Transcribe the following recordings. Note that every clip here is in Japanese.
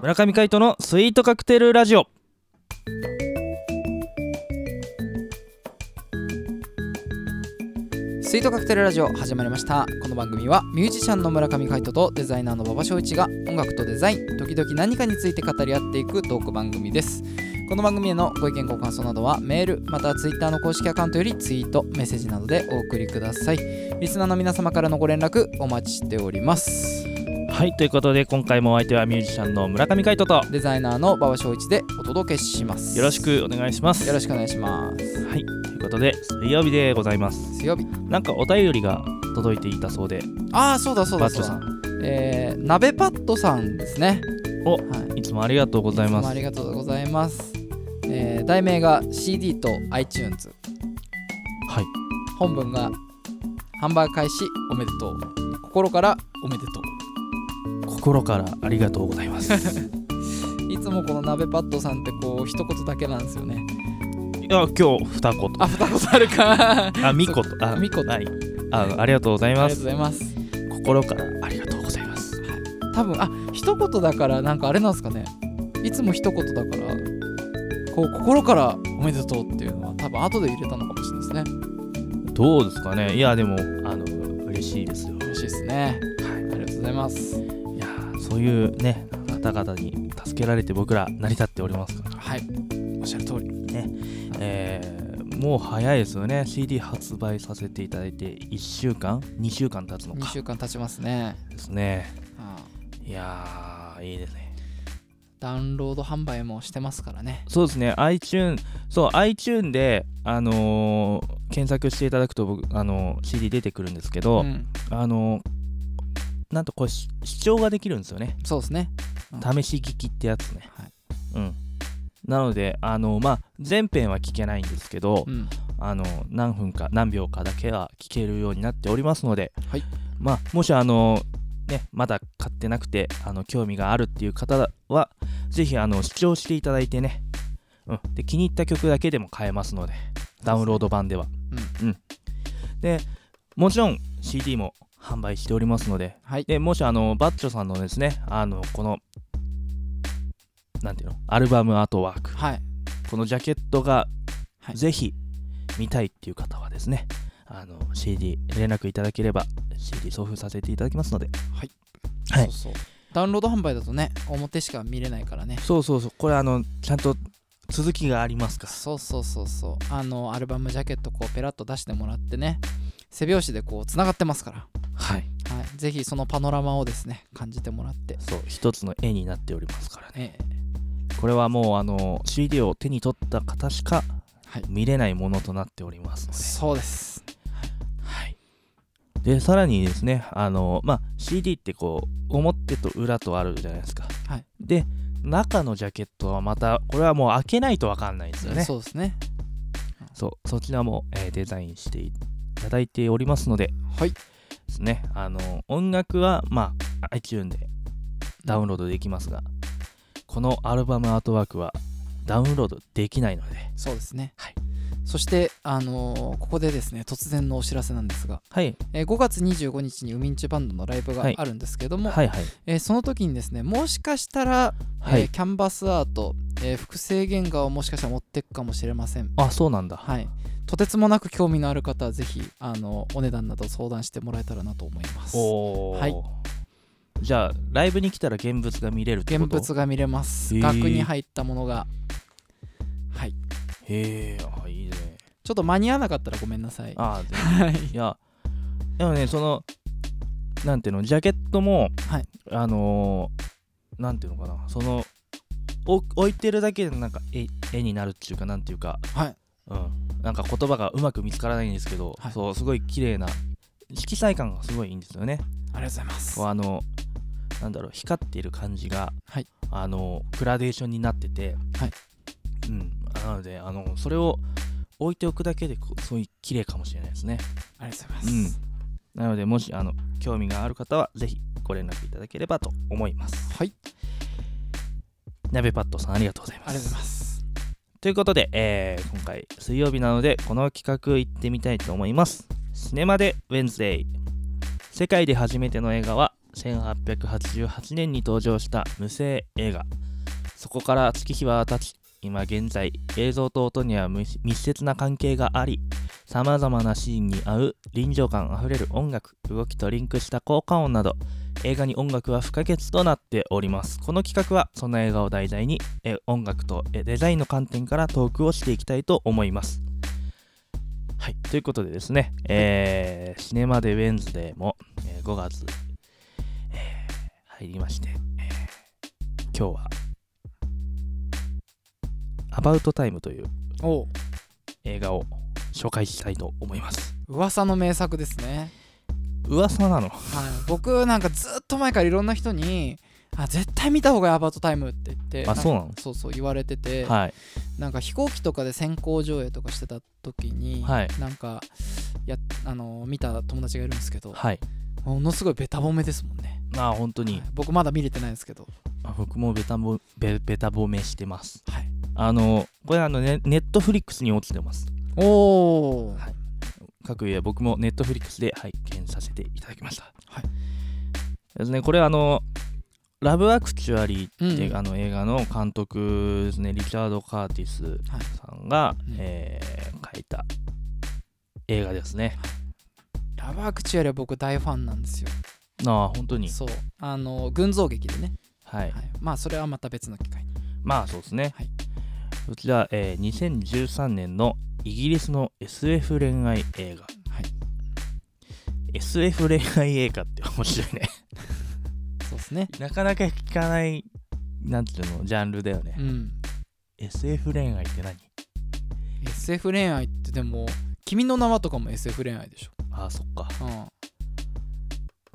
村上海人のスイートカクテルラジオスイートカクテルラジオ始まりましたこの番組はミュージシャンの村上海人とデザイナーの馬場翔一が音楽とデザイン時々何かについて語り合っていくトーク番組ですこの番組へのご意見ご感想などはメールまたはツイッターの公式アカウントよりツイートメッセージなどでお送りくださいリスナーの皆様からのご連絡お待ちしておりますはいということで今回もお相手はミュージシャンの村上海人とデザイナーの馬場翔一でお届けしますよろしくお願いしますよろしくお願いしますはいということで水曜日でございます水曜日なんかお便りが届いていたそうでああそうだそうだバッそうチョださんえー、鍋パッドさんですねおはいいつもありがとうございまつもあすりがとうございます。えー題名が CD と iTunes。はい。本文が販売開始おめでとう。心からおめでとう。心からありがとうございます いいつもこの鍋パッドさんってこう一言だけなんですよね。や今日二言あ、二言あるか。あり あみことあみことはいあありがとうございがまとうごすざいます。心からありがとうございます多分あ一言だからなんかあれなんですかね。いつも一言だから。こう心からおめでとうっていうのは多分後で入れたのかもしれないですね。どうですかねいやでもあの嬉しいですよ嬉しいですね。はいありがとうございます。いやーそういうね方々に助けられて僕ら成り立っておりますから、はい。おっしゃる通り。えーもう早いですよね CD 発売させていただいて1週間2週間経つの2か週間経ちますね、ですねああいやーいいですねダウンロード販売もしてますからねそうですね iTune そう iTune であのー検索していただくと僕あのー CD 出てくるんですけど、ん、あのーなんとこれし視聴ができるんですよねそうですね試し聞きってやつね、はいうんなのであのまあ全編は聞けないんですけど、うんあの何分か何秒かだけは聞けるようになっておりますので、はいまあもしあのねまだ買ってなくてあの興味があるっていう方はぜひあの視聴していただいてね、うん、で気に入った曲だけでも買えますのでダウンロード版ではうん、でもちろん CD も販売しておりますのではいでもしあのバッチョさんのですねあのこのなんていうのアルバムアートワークはいこのジャケットがはいぜひ見たいっていう方はですね、あの CD 連絡いただければ CD 送付させていただきますのではいそうそうダウンロード販売だとね表しか見れないからねそうそうそうこれあのちゃんと続きがありますかそうそうそうそうあのアルバムジャケットこうペラッと出してもらってね背拍子でこうつながってますから、はいはい、ぜひそのパノラマをですね感じてもらってそう一つの絵になっておりますからねええこれはもうあの CD を手に取った方しかはい見れないものとなっておりますので、そうですはい、でさらにですねあの、まあ、CD ってこう表と裏とあるじゃないですか、はいで中のジャケットはまたこれはもう開けないと分かんないですよねそうですねそうそちらも、えーデザインしていただいておりますのではいですねあの音楽は、まあ、iTune でダウンロードできますが、このアルバムアートワークはダウンロードできないのでそうですね、はいそして、あのーここでですね突然のお知らせなんですが、はいえー5月25日にウミンチュバンドのライブがあるんですけども、はいはいえーその時にですねもしかしたら、はい、えーキャンバスアート、えー複製原画をもしかしたら持っていくかもしれません、あそうなんだはい、とてつもなく興味のある方はぜひあのお値段など相談してもらえたらなと思いますおーはいじゃあライブに来たら現物が見れるって現こと物が見れますへー額に入ったものがはいへえあいいねちょっと間に合わなかったらごめんなさいあではいいやでもねそのなんていうのジャケットも、はいあのーなんていうのかなそのお置いてるだけでなんか絵絵になるっていうかなんていうか、はいうん、なんか言葉がうまく見つからないんですけど、はいそうすごい綺麗な色彩感がすごいいいんですよねありがとうございますこうあのなんだろう光っている感じが、はいあのグラデーションになってて、はいうん、なのであのそれを置いておくだけでこうすごい綺麗かもしれないですねありがとうございます、うんなのでもしあの興味がある方はぜひご連絡いただければと思いますはい鍋パッドさんありがとうございますありがとうございますということで、えー今回水曜日なのでこの企画行ってみたいと思います。シネマでウェンズデイ世界で初めての映画は1888年に登場した無声映画そこから月日は経ち今現在映像と音には密密接な関係がありさまざまなシーンに合う臨場感あふれる音楽動きとリンクした効果音など映画に音楽は不可欠となっておりますこの企画はそんな映画を題材にえ音楽とえデザインの観点からトークをしていきたいと思いますはいということでですね、えーシネマでウェンズデーも、えー5月、えー入りまして、えー今日はアバウトタイムというおう映画を紹介したいと思います噂の名作ですね噂なのはい、僕なんかずっと前からいろんな人に「あ絶対見た方がいいアバートタイム」って言ってあそうなのんかそうそう言われてて、はいなんか飛行機とかで先行上映とかしてた時に、はいなんかやあの見た友達がいるんですけどはいものすごいベタ褒めですもんね、まあ本当にはい僕まだ見れてないんですけど、あ僕もベタボベベタ褒めしてますはい、あのこれあのねネットフリックスに落ちてますおお、はい各家僕もネットフリックスで拝見させていただきましたはいですねこれあのラブアクチュアリーっていう、うんあの映画の監督ですねリチャード・カーティスさんが、うんえー書いた映画ですねラバークチュアリは僕大ファンなんですよああ本当にそうあの群像劇でね、はいはい、まあそれはまた別の機会にまあそうですね、はいこちら、えー2013年のイギリスの SF 恋愛映画はい SF 恋愛映画って 面白いねそうですねなかなか聞かないなんていうのジャンルだよねう、ん SF 恋愛って何 SF 恋愛ってでも「君の名は」とかも SF 恋愛でしょ、ああそっか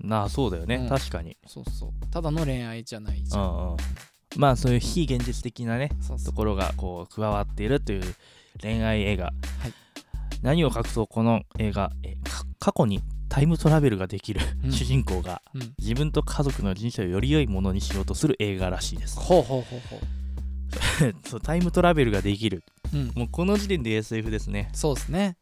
うん、なあそうだよね、うん確かにそうそうただの恋愛じゃないじうゃん、んうんまあそういう非現実的なねそうそとうころがこう加わっているという恋愛映画、い何を隠そうこの映画えか過去にタイムトラベルができる、う ん主人公がうん、自分と家族の人生をより良いものにしようとする映画らしい です。ほうほうほうほそうタイムトラベルができる。う、うん、もうこの時点で SF ですね。そうですね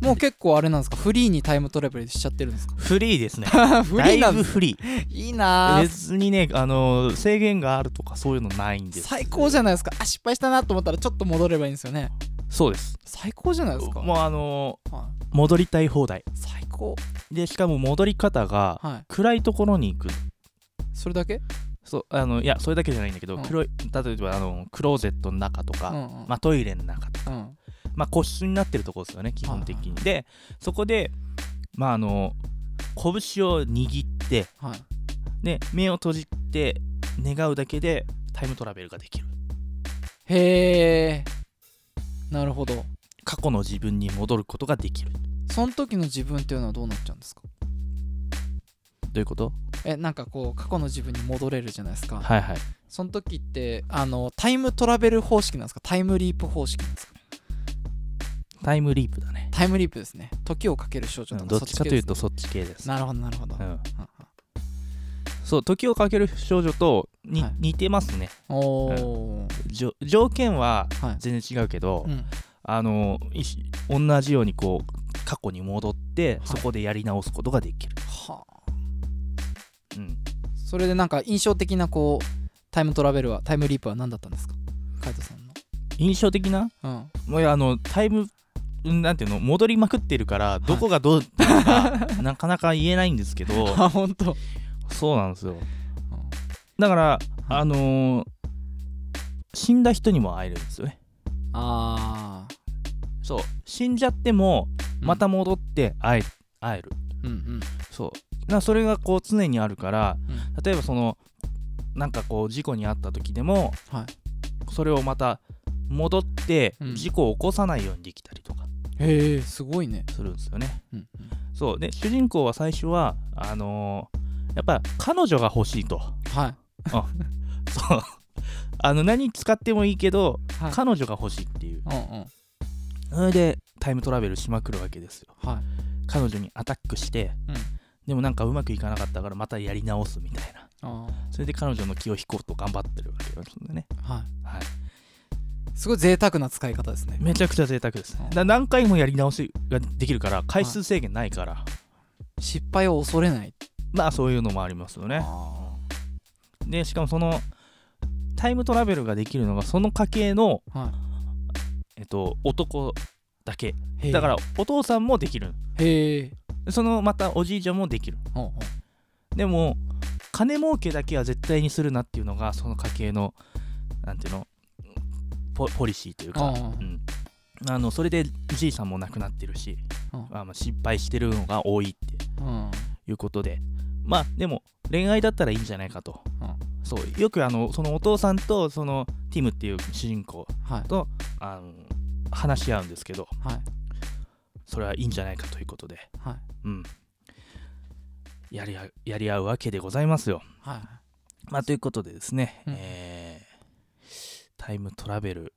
もう結構あれなんですかフリーにタイムトラベルしちゃってるんですかフリーですね。 フだリーいなんぶですフリー。いいなあ別にね、あのー制限があるとかそういうのないんです。最高じゃないですかあ失敗したなと思ったらちょっと戻ればいいんですよねそうです。最高じゃないですか、もうあのはいー戻りたい放題。最高で、しかも戻り方がはい暗いところに行く。それだけ、そうあのいや、それだけじゃないんだけど、うん黒い例えばあのクローゼットの中とか、うんうんまあ、トイレの中とかうん、まあ、個室になってるところですよね基本的に。でそこで、まあ、あの拳を握ってはいで目を閉じて願うだけでタイムトラベルができるへえなるほど過去の自分に戻ることができるその時の自分っていうのはどうなっちゃうんですかどういうことえなんかこう過去の自分に戻れるじゃないですか、はいはいその時ってあのタイムトラベル方式なんですかタイムリープ方式なんですかタイムリープだねタイムリープですね時をかける少女とうんかどっちかというとそそっち系でっち系ですすねなるほどなるほど、うん、そう時をかける少女とに、はい似てますねおおじょ条件はー、はい、全然違うけど、うん、あのいし同じようにこう過去に戻って、はいそこでやり直すことができる、はあうん、それでなんか印象的なこうタイムトラベルはタイムリープは何だったんですかカイトさんの印象的なうん もうあのタイムうんなんていうの戻りまくってるからどこがどうなの かなかなか言えないんですけどあ本当、うん、そうなんですよだからあのー死んだ人にも会えるんですよねあーそう死んじゃってもうんまた戻って会え,、会えるうんうんそうなそれがこう常にあるからうん例えばそのなんかこう事故に遭った時でもはいそれをまた戻ってうん事故を起こさないようにできたりとかへえすごいね、するんですよね、うんうん、そうで主人公は最初はあのーやっぱ彼女が欲しいと はいそうあの何使ってもいいけど、はい彼女が欲しいっていううんうんそれでタイムトラベルしまくるわけですよはい彼女にアタックして、うんでもなんかうまくいかなかったからまたやり直すみたいなあそれで彼女の気を引こうと頑張ってるわけなんですよねあはいはいすごい贅沢な使い方ですねめちゃくちゃ贅沢ですうんだ何回もやり直しができるから回数制限ないから、失敗を恐れないまあそういうのもありますよねあでしかもそのタイムトラベルができるのがその家系の、ーはえっと、男だけいへーだからお父さんもできるへえそのまたおじいちゃんもできるほうほでも金儲けだけは絶対にするなっていうのがその家系のなんていうのポポリシーというか、うんうんうんあのそれでじいさんも亡くなってるし、うんあまあ失敗してるのが多いってううんいうことでまあでも恋愛だったらいいんじゃないかと、そうよくあのそのお父さんとそのティムっていう主人公はいとあの話し合うんですけどはいそれはいいんじゃないかということで、はいうん、やりあやり合うわけでございますよ。はいまあ、ということでですね、うんえータイムトラベル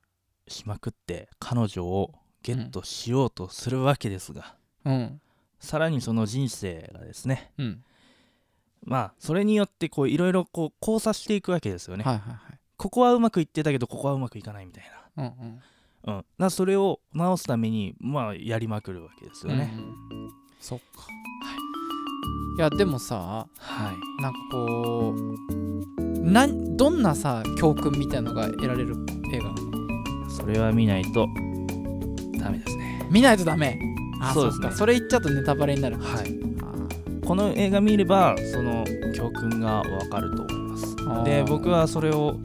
しまくって彼女をゲットしようとするわけですが、うんさらにその人生がですねうんまあそれによってこういろいろこう交差していくわけですよね、はいはいはいここはうまくいってたけどここはうまくいかないみたいうんうんな、うん、なそれを直すためにまあやりまくるわけですよね、うんうんそっかいやでもさはいなんかこうなんどんなさ教訓みたいのが得られる映画なのそれは見ないとダメですね見ないとダメあそうでそうすねかそれ言っちゃうとネタバレになるはいあーこの映画見ればその教訓がわかると思いますあーで僕はそれを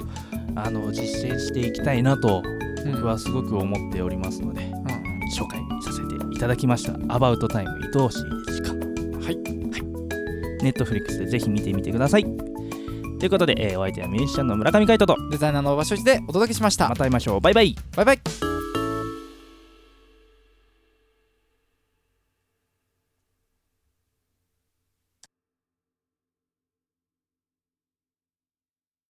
あの実践していきたいなとうん僕はすごく思っておりますのでうん紹介させていただきました「アバウトタイム愛おしい時間」はいネットフリックスでぜひ見てみてくださいということで、えーお相手はミュージシャンの村上海人とデザイナーの場所でお届けしましたまた会いましょうバイバイバイバイ